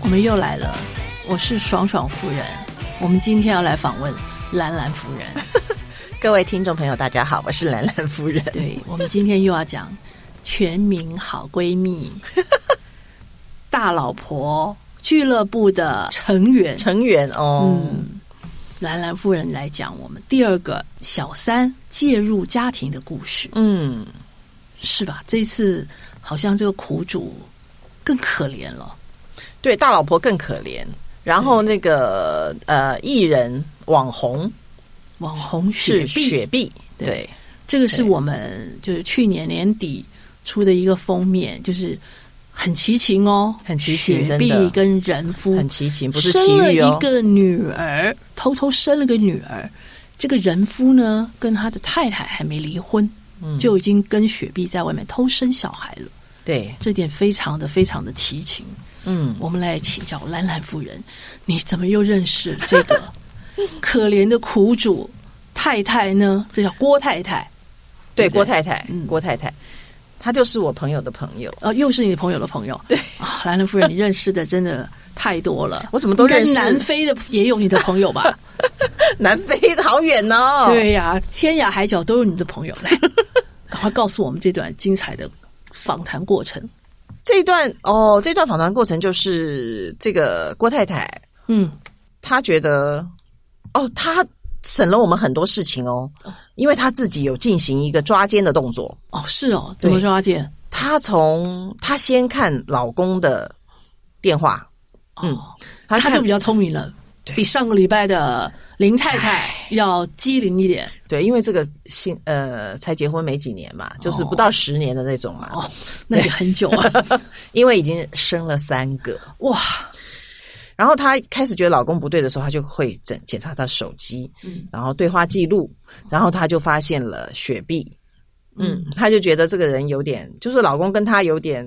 我们又来了，我是爽爽夫人。我们今天要来访问兰兰夫人。 各位听众朋友，大家好，我是兰兰夫人。对，我们今天又要讲全民好闺 蜜、大老婆俱乐部的成员。成员哦，嗯，兰兰夫人来讲我们第二个小三介入家庭的故事，嗯，是吧？这次好像这个苦主更可怜了。对，大老婆更可怜。然后那个呃，艺人网红网红雪是碧，雪碧，对对这个是对我们就是去年年底出的一个封面，就是很齐秦哦，很齐秦雪真碧的跟人夫很奇情，不是奇生了遇一哦。个女儿，偷偷生了个女儿。这个人夫呢，跟他的太太还没离婚，嗯就已经跟雪碧在外面偷生小孩了，对，这点非常的非常的奇情。嗯，我们来请教兰兰夫人，你怎么又认识这个 可怜的苦主太太呢？这叫郭太太，对对，不对郭太太嗯，郭太太，她就是我朋友的朋友。 呃，又是你朋友的朋友。对啊，兰兰夫人，你认识的真的太多了， 我怎么都认识应该南非的也有你的朋友吧？南非好远 哦，，对呀、天涯海角都有你的朋友 来，赶快告诉我们这段精彩的访谈过程。这一段哦，这段访谈过程就是这个郭太太，嗯，她觉得哦，她省了我们很多事情哦，因为她自己有进行一个抓奸的动作。哦，是哦，怎么对说阿健？她从她先看老公的电话，嗯哦，她他看就比较聪明了，比上个礼拜的林太太要机灵一点。对，因为这个新呃才结婚没几年嘛，就是不到十年的那种嘛，哦，那也很久啊， 因为已经生了三个。 哇，然后她开始觉得老公不对的时候，她就会检检查她的手机，嗯然后对话记录，然后她就发现了雪碧，嗯，她就觉得这个人有点，就是老公跟她有点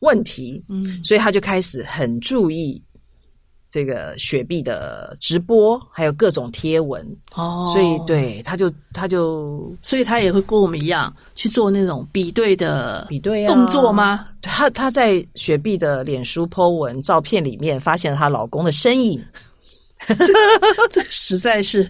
问题，嗯所以她就开始很注意这个雪碧的直播，还有各种贴文，哦，所以对，她就她就所以他也会跟我们一样去做那种比对的比对、啊、动作？吗？她她在雪碧的脸书 po 文照片里面发现了她老公的身影， 这实在是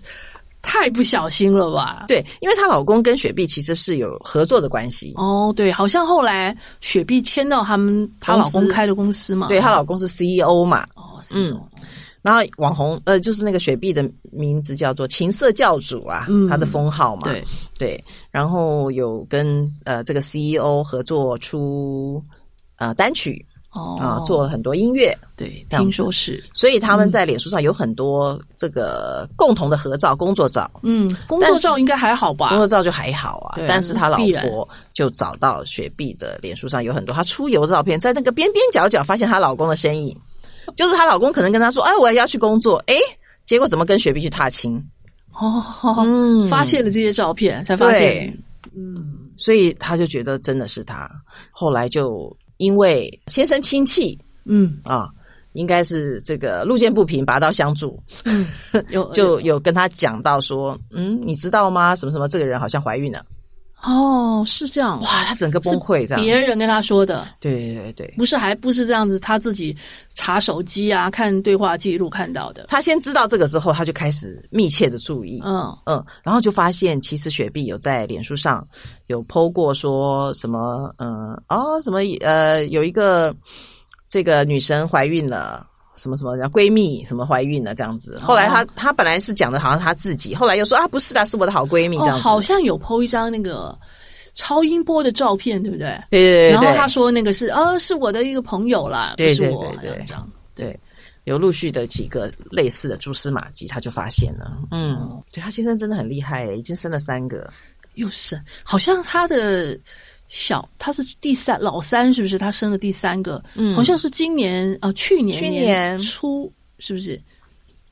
太不小心了吧？对，因为她老公跟雪碧其实是有合作的关系，哦，对，好像后来雪碧签到他们她老公开的公司嘛，对她老公嗯是 CEO 嘛，哦，是那种然后网红呃就是那个雪碧的名字叫做情色教主啊，嗯她的封号嘛，对，对，然后有跟呃这个 CEO 合作出呃单曲哦，嗯啊、做了很多音乐，对，这样子听说是，所以他们在脸书上有很多这个共同的合照、工作照。嗯，工但作是照应该还好工吧？作照就还好啊对，但是他老那是必然婆就找到雪碧的脸书上有很多她出游的照片，在那个边边角角发现她老公的身影，就是她老公可能跟她说：“哎，我要去工作。”哎，结果怎么跟雪碧去踏青？哦，嗯发现了这些照片，才发现对，所以她就觉得真的是她。后来就因为先生亲戚嗯啊，应该是这个路见不平拔刀相助，嗯，有 就有跟她讲到说：“嗯，你知道吗？什么什么，这个人好像怀孕了。哦，是这样”，哇，她整个崩溃这别样。人跟他说的，对对对。不是还不是这样子，他自己查手机啊，看对话记录看到的，她先知道这个之后，她就开始密切的注意，嗯，嗯，然后就发现其实雪碧有在脸书上有 PO 过说什么，嗯，哦，什么呃，有一个这个女生怀孕了。什么什么，然后闺蜜什么怀孕了这样子，哦后来她她本来是讲的好像她自己，后来又说啊不是啦，是我的好闺蜜这哦，样子。好像有 PO 一张那个超音波的照片，对不对？对对对对，然后对他说那个是呃是我的一个朋友啦，不对是对我对对这样。有陆续的几个类似的蛛丝马迹，她就发现了。哦嗯，对她先生真的很厉害，欸已经生了三个。又是好像他的小他是第三老三是不是？他生了第三个，嗯好像是今年呃去年去年初是不是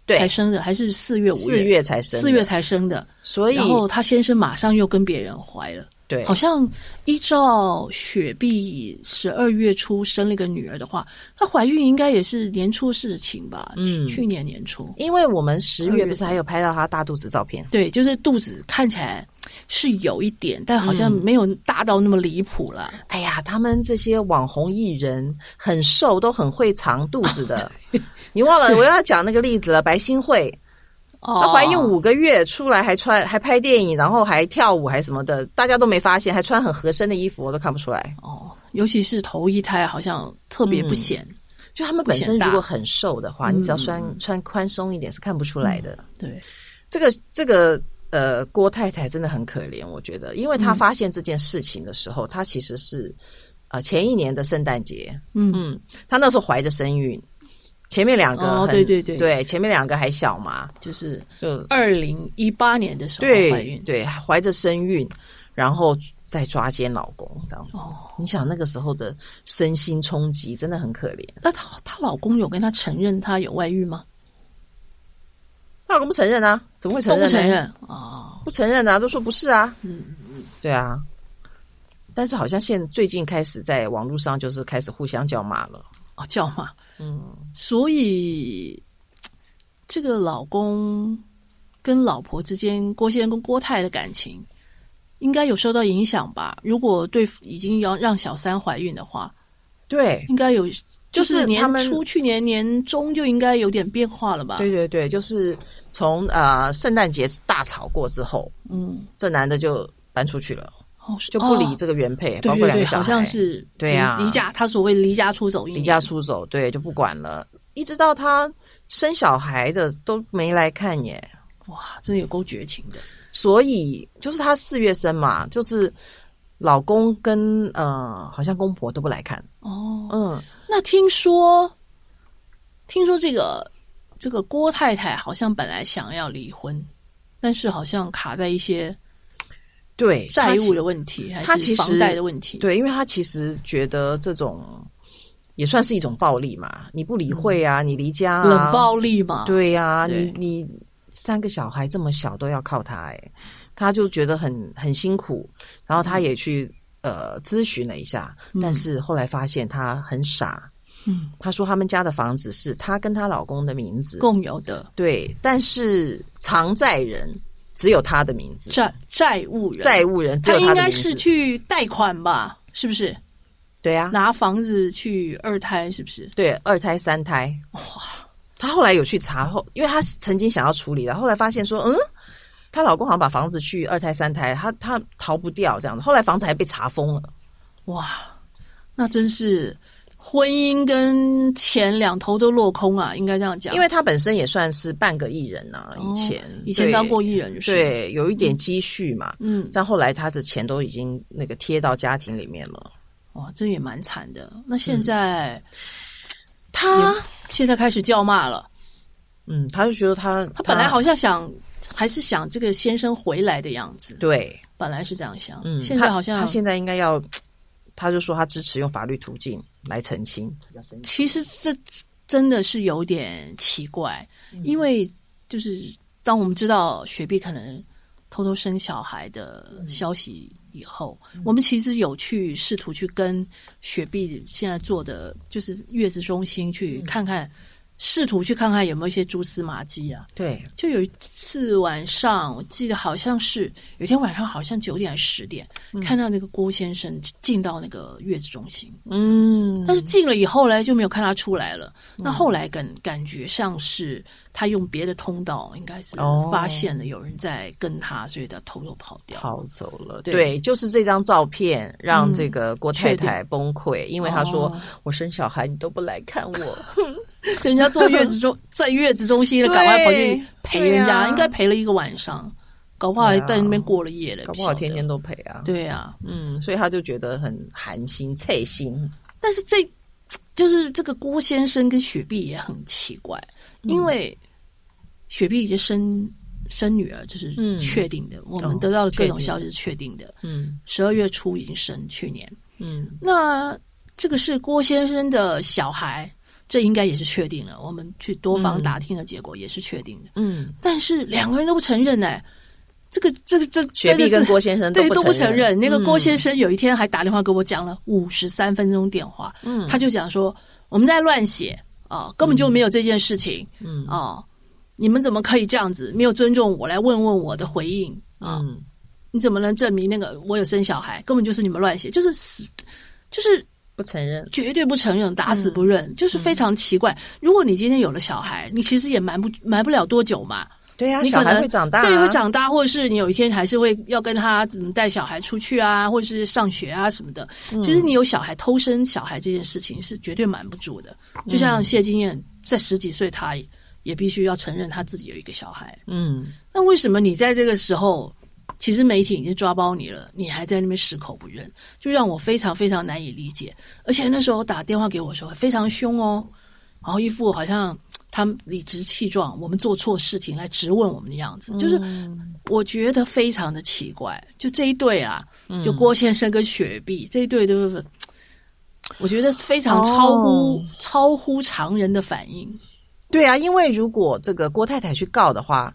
对才生的？还是四月五四月才生的，四月才生的？所以然后他先生马上又跟别人怀了。对，好像依照雪碧十二月初生了一个女儿的话，她怀孕应该也是年初事情吧？去嗯去年年初，因为我们十二月月不是还有拍到她大肚子照片？对，就是肚子看起来是有一点，但好像没有大到那么离谱了。哎呀，他们这些网红艺人很瘦，都很会藏肚 子的。你忘了我要讲那个例子了，白新慧，嗯她哦，怀孕五个月出来还穿还拍电影，然后还跳舞还什么的，大家都没发现，还穿很合身的衣服，我都看不出来。哦，尤其是头一胎，好像特别不显。就他们本身不显大嗯如果很瘦的话，你只要穿穿宽松一点是看不出来的。对，这个这个呃，郭太太真的很可怜，我觉得，因为嗯她发现这件事情的时候，她其实是呃前一年的圣诞节，嗯，嗯，她那时候怀着身孕，前面两个哦很对对对对，前面两个还小嘛，就是就二零一八年的时候怀对孕，对，怀着身孕，然后再抓奸老公这样子。哦你想那个时候的身心冲击真的很可怜。那她她老公有跟她承认她有外遇吗？她老公不承认啊，怎么会承都认？不承，认哦，不承认啊，都说不是啊。嗯对啊，但是好像现最近开始在网络上就是开始互相叫骂了。哦，叫嘛。嗯，所以这个老公跟老婆之间，郭先生跟郭太的感情应该有受到影响吧？如果对已经要让小三怀孕的话，对，应该有就就是是他年们初去年年中就应该有点变化了吧？对对对，就是从呃圣诞节大吵过之后，嗯，这男的就搬出去了，哦，是就不理哦这个原配，包对括对两对，个小孩，好像是对啊离离家，他所谓离家出走一年，离家出走，对，就不管了，一直到他生小孩的都没来看耶。哇，真的有够绝情的。所以就是她四月生嘛，就是老公跟呃好像公婆都不来看，哦，嗯，那听说，听说这个这个郭太太好像本来想要离婚，但是好像卡在一些对，债她务的问题，还她其是实房贷的问题。对，因为他其实觉得这种也算是一种暴力嘛，你不理会啊，你离家啊，嗯冷，暴力嘛，对呀、你对你三个小孩这么小都要靠他、哎，他就觉得很很辛苦，然后嗯他也去呃咨询了一下，但是后来发现他很傻，嗯，他说他们家的房子是他跟她老公的名字，共有的对，但是常债人只有他的名字，债债务人，债务人他只有应他的该名是字，去贷款吧？是不是对呀、拿房子去二胎？是不是？对，二胎、三胎，哇！她后来有去查后，因为她曾经想要处理的，后来发现说，嗯，她老公好像把房子去二胎、三胎，她她逃不掉这样子。后来房子还被查封了，哇，那真是婚姻跟钱两头都落空啊，应该这样讲。因为她本身也算是半个艺人啊，以前、哦以前当过艺人，就是对，对，有一点积蓄嘛。嗯，但后来她的钱都已经那个贴到家庭里面了。哇，哦这也蛮惨的。那嗯现在、她现在开始叫骂了，嗯，她就觉得她他本来好像想还是想这个先生回来的样子，对，本来是这样想，嗯，现在她好像她现在应该要，她就说她支持用法律途径来澄清，比较生气。其实这真的是有点奇怪，嗯因为就是当我们知道雪碧可能偷偷生小孩嗯的消息以后，我们其实有去试图去跟雪碧现在做的就是月子中心嗯去看看，试图去看看有没有一些蛛丝马迹啊。对，就有一次晚上，我记得好像是有一天晚上，好像九点还是十点，看到那个郭先生进到那个月子中心，嗯，但是进了以后呢，就没有看他出来了。那后来感感觉像是他用别的通道，应该是哦发现了有人在跟他，所以他偷偷跑掉。跑走了，对对，嗯就是这张照片让这个郭太太崩溃，因为她说、哦我生小孩你都不来看 我，人家坐月子 中，在月子中心了，对赶快跑去陪人对家，啊应该陪了一个晚上，搞不好还对啊在那边过了夜了，搞不好天天都都陪啊，对啊。嗯，所以她就觉得很寒心、脆心，但是这就是这个郭先生跟雪碧也很奇怪，嗯因为雪碧已经生生女儿，这是嗯确定的，我哦们得到的各种确定消息是确定的。嗯十二月初已经生，去年。嗯，那这个是郭先生的小孩，这应该也是确定了。我们去多方打听的结果也是确定的，嗯，但是两个人都不承认哎、这个这个这雪真的是碧跟郭先 生对不都不承认。那个郭先生，生有一天还打电话给我讲了五十三分钟电话，嗯他就讲说我们在乱写啊、根本就没有这件事情嗯啊、你们怎么可以这样子没有尊重我来问问我的回应啊、嗯你怎么能证明那个我有生小孩？根本就是你们乱写，就是死，就是不承认。绝对不承认，打死不认，就是非常奇怪。如果你今天有了小孩，你其实也瞒不瞒不了多久嘛，对啊，你小可孩能会长大、啊，对，会。长大，或者是你有一天还是会要跟他嗯带小孩出去啊，或者是上学啊什么的。其嗯实你有小孩偷生小孩这件事情是绝对瞒不住的。就嗯像谢金燕在十几岁，她也也必须要承认她自己有一个小孩。嗯，那为什么你在这个时候，其实媒体已经抓包你了，你还在那边矢口不认，就让我非常非常难以理解。而且那时候打电话给我说非常凶哦，然后一副好像他们理直气壮，我们做错事情来质问我们的样子，就是我觉得非常的奇怪。就这一对啊，就郭先生跟雪碧这一对，就是我觉得非常超乎、哦超乎常人的反应。对啊，因为如果这个郭太太去告的话，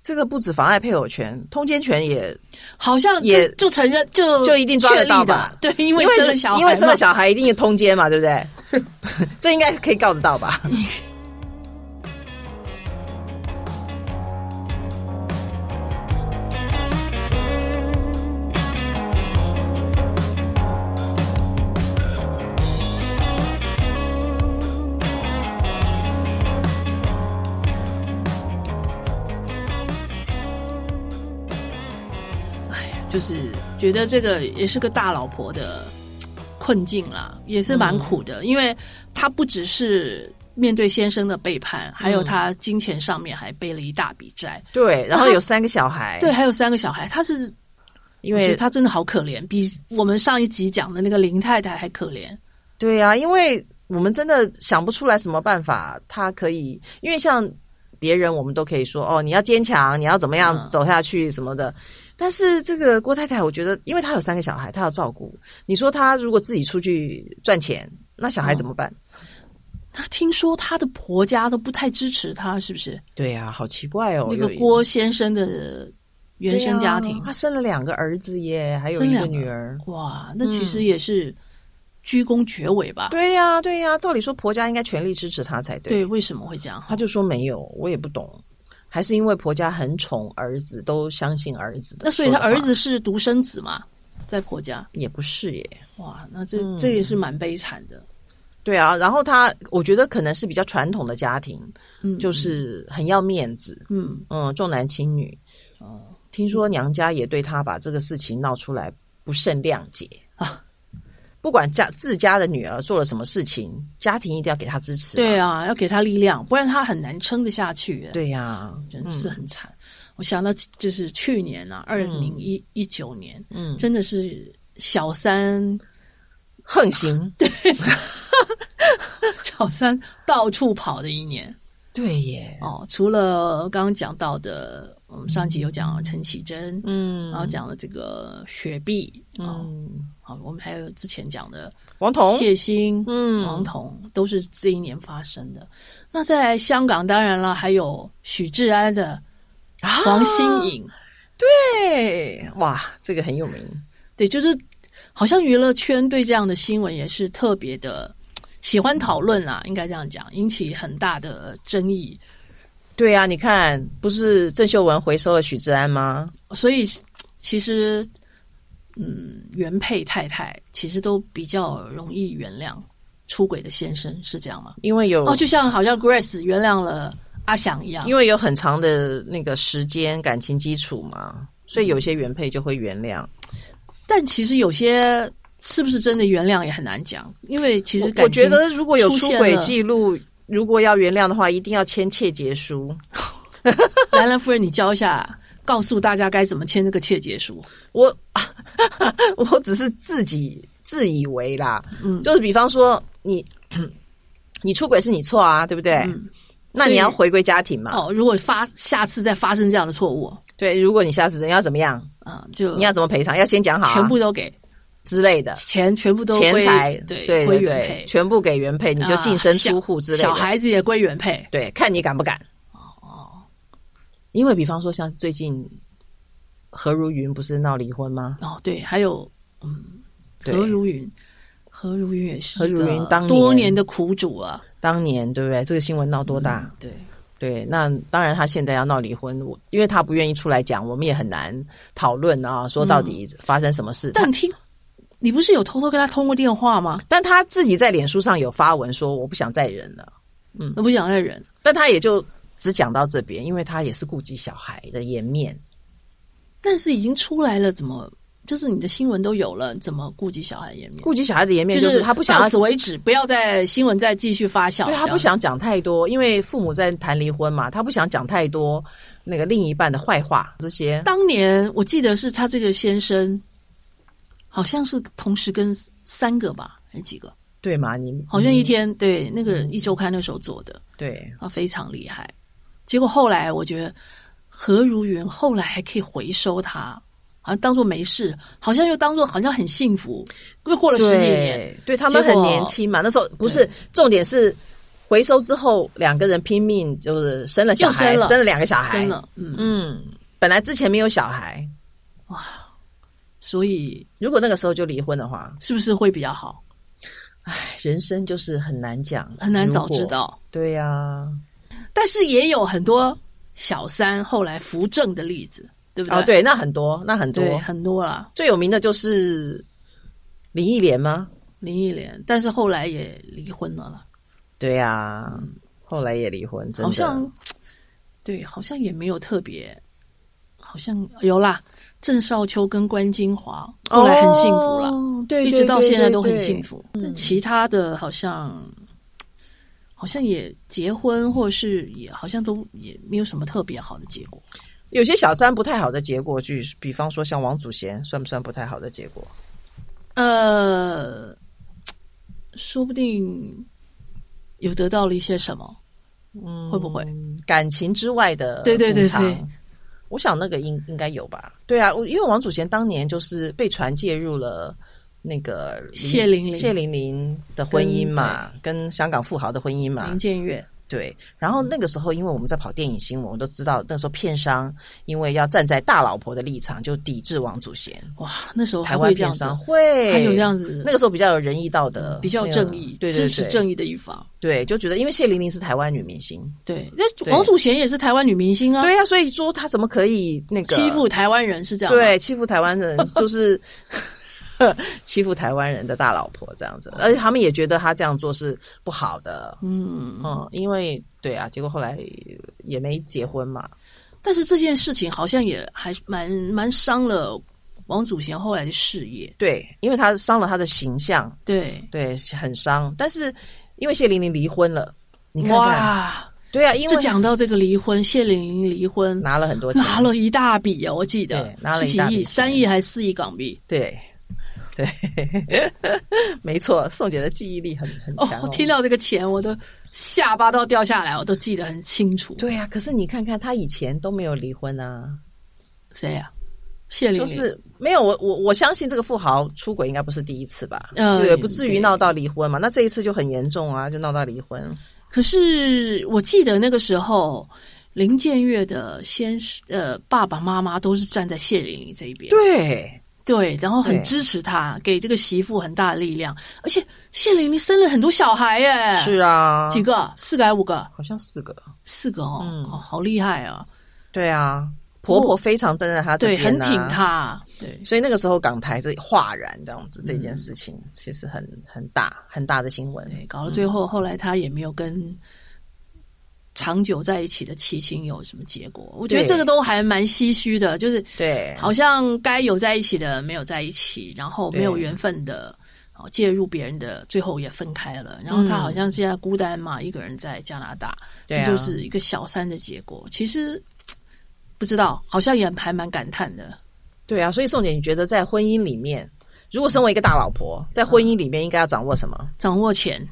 这个不止妨碍配偶权，通奸权也好像也就就承认就就一定抓得到吧确立的 对，因为生了小孩，因为生了，小孩一定通奸嘛，对不对？ 这应该可以告得到吧？哎，就是觉得这个也是个大老婆的困境啦，也是蛮苦的，因为她不只是面对先生的背叛，还有她金钱上面还背了一大笔债，对，然后有三个小孩，对，，还有三个小孩，她是因我觉为得她真的好可怜，比我们上一集讲的那个林太太还可怜，对啊，因为我们真的想不出来什么办法，他可以，因为像别人我们都可以说哦，你要坚强，你要怎么样嗯走下去什么的。但是这个郭太太，我觉得，因为她有三个小孩，她要照顾。你说她如果自己出去赚钱，那小孩怎么办？她听说她的婆家都不太支持她，是不是？对呀、好奇怪哦。那个有郭先生的原生家庭对啊，她生了两个儿子耶，还有生一两个个女儿。哇，那其实也是鞠躬厥伟吧？嗯对呀、对呀、照理说婆家应该全力支持她才对。对，为什么会这样？她就说没有，我也不懂，还是因为婆家很宠儿子，都相信儿子的。那所以他说的儿话子是独生子嘛，在婆家，也不是耶。哇，那这、嗯这也是蛮悲惨的。对啊，然后他，我觉得可能是比较传统的家庭，嗯，就是很要面子，嗯，嗯，重男轻女。哦，听说娘家也对他把这个事情闹出来不甚谅解啊。不管家自家的女儿做了什么事情，家庭一定要给她支持。对，啊，要给他力量，不然他很难撑得下去，对嗯呀、真的是很惨。我想到就是去年啊，二零一一九年，嗯真的是小三横行。对小三到处跑的一年。对耶，哦，除了刚刚讲到的，我们上集有讲陈绮贞，嗯然后讲了这个雪碧，哦，嗯，好，我们还有之前讲的王彤，谢欣，嗯王彤都是这一年发生的。那在香港，当然了，还有许志安的啊黄心颖，对，哇，这个很有名。对，就是好像娱乐圈对这样的新闻也是特别的喜欢讨论啦，应该这样讲，引起很大的争议。对啊，你看，不是郑秀文回收了许志安吗？所以其实，嗯，原配太太其实都比较容易原谅出轨的先生，是这样吗？因为有哦，就像好像 Grace 原谅了阿翔一样，因为有很长的那个时间感情基础嘛，所以有些原配就会原谅。但其实有些是不是真的原谅也很难讲，因为其实我感我情觉得如果有出出现轨了记录，如果要原谅的话，一定要签切结书。兰兰夫人，你教一下，告诉大家该怎么签这个切结书。我 我只是自己自以为啦，嗯就是比方说你你出轨是你错啊，对不对？嗯那所以你要回归家庭嘛？哦，如果发下次再发生这样的错误对，如果你下次你要怎么样，啊、就你要怎么赔偿，要先讲好啊、全部都给之类的。钱，全部都钱归财对对归对原对配，，全部给原配，你就啊净身小出户之类的。小孩子也归原配。对，看你敢不敢。哦因为比方说，像最近何如云不是闹离婚吗？哦，对，还有对，何如云，何如云也是何如云一个当年多年的苦主啊。嗯当年对不对？这个新闻闹多大？对，对，那当然，他现在要闹离婚，我因为他不愿意出来讲，我们也很难讨论啊，说到底发生什么事。嗯但听，你不是有偷偷跟他通过电话吗？但他自己在脸书上有发文说我不想再忍了，我不想再忍，但他也就只讲到这边，因为他也是顾及小孩的颜面。但是已经出来了，怎么就是你的新闻都有了，怎么顾及小孩颜面？顾及小孩的颜面就是他不想到要此为止，不要再新闻再继续发酵。对他这样不想讲太多，因为父母在谈离婚嘛，他不想讲太多那个另一半的坏话这些。当年我记得是他这个先生，好像是同时跟三个吧，还是几个？对嘛？你好像一嗯天、对那个一周刊那时候做的对啊，非常厉害。结果后来我觉得何如云后来还可以回收他，好像当做没事，好像又当做好像很幸福，又过了十几年。对，对他们结很果年轻嘛，那时候不是重点是回收之后两个人拼命就是生了小孩，又生了两个小孩，真的，嗯，嗯，本来之前没有小孩，所以如果那个时候就离婚的话，是不是会比较好？唉，人生就是很难讲，很难早如果知。道。对呀、但是也有很多小三后来扶正的例子，对不对？哦，对，那很多，那很多，对，很多啦。最有名的就是林忆莲吗？林忆莲，但是后来也离婚了啦，对呀、后来也离婚，真的好像对，好像也没有特别，好像有啦。郑少秋跟关金华后来很幸福了，哦对，一对直到现在都很幸。福。对对但其他的好像好像也结婚，或者是也好像都也没有什么特别好的结果。对对有些小三不太好的结果，就比方说像王祖贤，算不算不太好的结果？呃，说不定有得到了一些什么，嗯会不会？感情之外的对对对补偿对我想那个应应该有吧？对啊，我因为王祖贤当年就是被传介入了那个林谢玲玲谢玲玲的婚姻嘛，跟香港富豪的婚姻嘛林，建岳对。然后那个时候，因为我们在跑电影新闻，我都知道那时候片商因为要站在大老婆的立场，就抵制王祖贤。哇，那时候台还湾哦会这样子，片商会还有这样子，那个时候比较有仁义道德，比较那个正义，对对支持对正义的一方。对，就觉得因为谢玲玲是台湾女明星，对，那王祖贤也是台湾女明星啊，嗯对呀、所以说她怎么可以那个欺负啊台湾人是这样吗。对，欺负台湾人就是 欺负台湾人的大老婆这样子，而且他们也觉得他这样做是不好的，嗯，嗯，因为对啊，结果后来也没结婚嘛，但是这件事情好像也还蛮蛮伤了王祖贤后来的事业。对，因为他伤了他的形象，对，对，很伤。但是因为谢玲玲离婚了，你看看，哇，对啊，因这为讲到这个离婚，谢玲玲离婚拿了很多钱，拿了一大笔啊，我记得对拿了是一几大笔亿，钱三亿还是四亿港币？对。对， 没错，宋姐的记忆力很很哦强、，我听到这个钱，我都下巴都要掉下来，我都记得很清楚。对呀、可是你看看，她以前都没有离婚啊，谁呀、谢玲就玲是没有我我我相信这个富豪出轨应该不是第一次吧？呃对，不至于对闹到离婚嘛？那这一次就很严重啊，就闹到离婚。可是我记得那个时候，林建岳的先是呃爸爸妈妈都是站在谢玲玲这一边，对对然后很对支持她，给这个媳妇很大的力量。而且谢玲玲生了很多小孩耶，是啊，几个？四个还五个？好像四个。四个哦，嗯哦好厉害啊！对啊，不婆婆非常站在她这哦对，边、啊嗯很挺。她，对，所以那个时候港台是哗然这样子，这件事情其实很很大很大的新闻。嗯嗯对，搞到最后，后来他也没有跟长久在一起的齐秦有什么结果。我觉得对这个都还蛮唏嘘的，就是对，好像该有在一起的没有在一起，然后对没有缘分的。哦，介入别人的，最后也分开了。然后他嗯好像现在孤单嘛，一个人在加拿大，对这啊就是一个小三的结果。其实不知道，好像也还蛮感叹的。对啊，所以宋姐，你觉得在婚姻里面，如果身为一个大老婆，嗯在婚姻里面应该要掌握什么？掌握钱，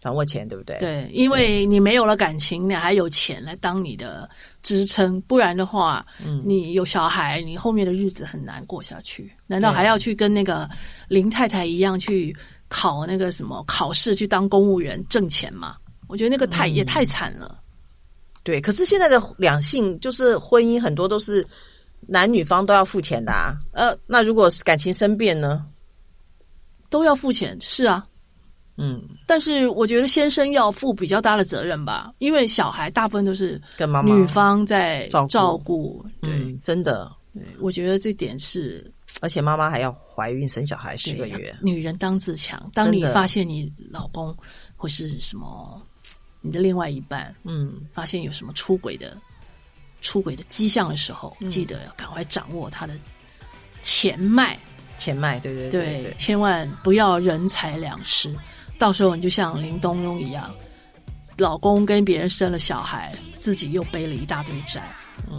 掌握钱，对不对？对，因为你没有了感情，你还有钱来当你的支撑，不然的话，嗯你有小孩，你后面的日子很难过下去。难道对还要去跟那个林太太一样去考那个什么考试，去当公务员挣钱吗？我觉得那个嗯太、也太惨了。对，可是现在的两性就是婚姻，很多都是男女方都要付钱的、啊。呃，那如果是感情生变呢？都要付钱，是啊，嗯，但是我觉得先生要负比较大的责任吧，因为小孩大部分都是跟妈妈女方在照顾照顾。对、嗯，真的，对，我觉得这点是而且妈妈还要怀孕生小孩对十个月，女人当自强。当真你的发现你老公或是什么你的另外一半嗯，发现有什么出轨的出轨的迹象的时候，记得要赶快掌握他的钱脉。钱脉，对对对，对，千万不要人财两失，到时候你就像林东庸一样，老公跟别人生了小孩，自己又背了一大堆债，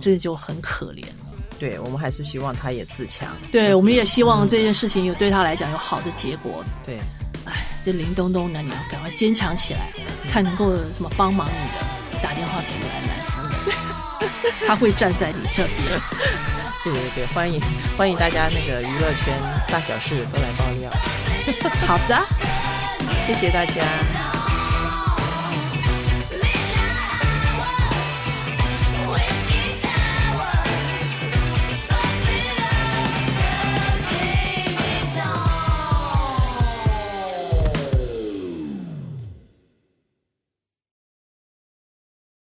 这就很可怜了。对我们还是希望他也自强，对，就我们是也希望这件事情有对他来讲有好的结果。对，哎，这林东东呢，你要赶快坚强起来，看能够有什么帮忙你的，打电话给兰兰夫人，他会站在你 这边。对对对，欢迎欢迎大家那个娱乐圈大小事都来爆料，好的。谢谢大家。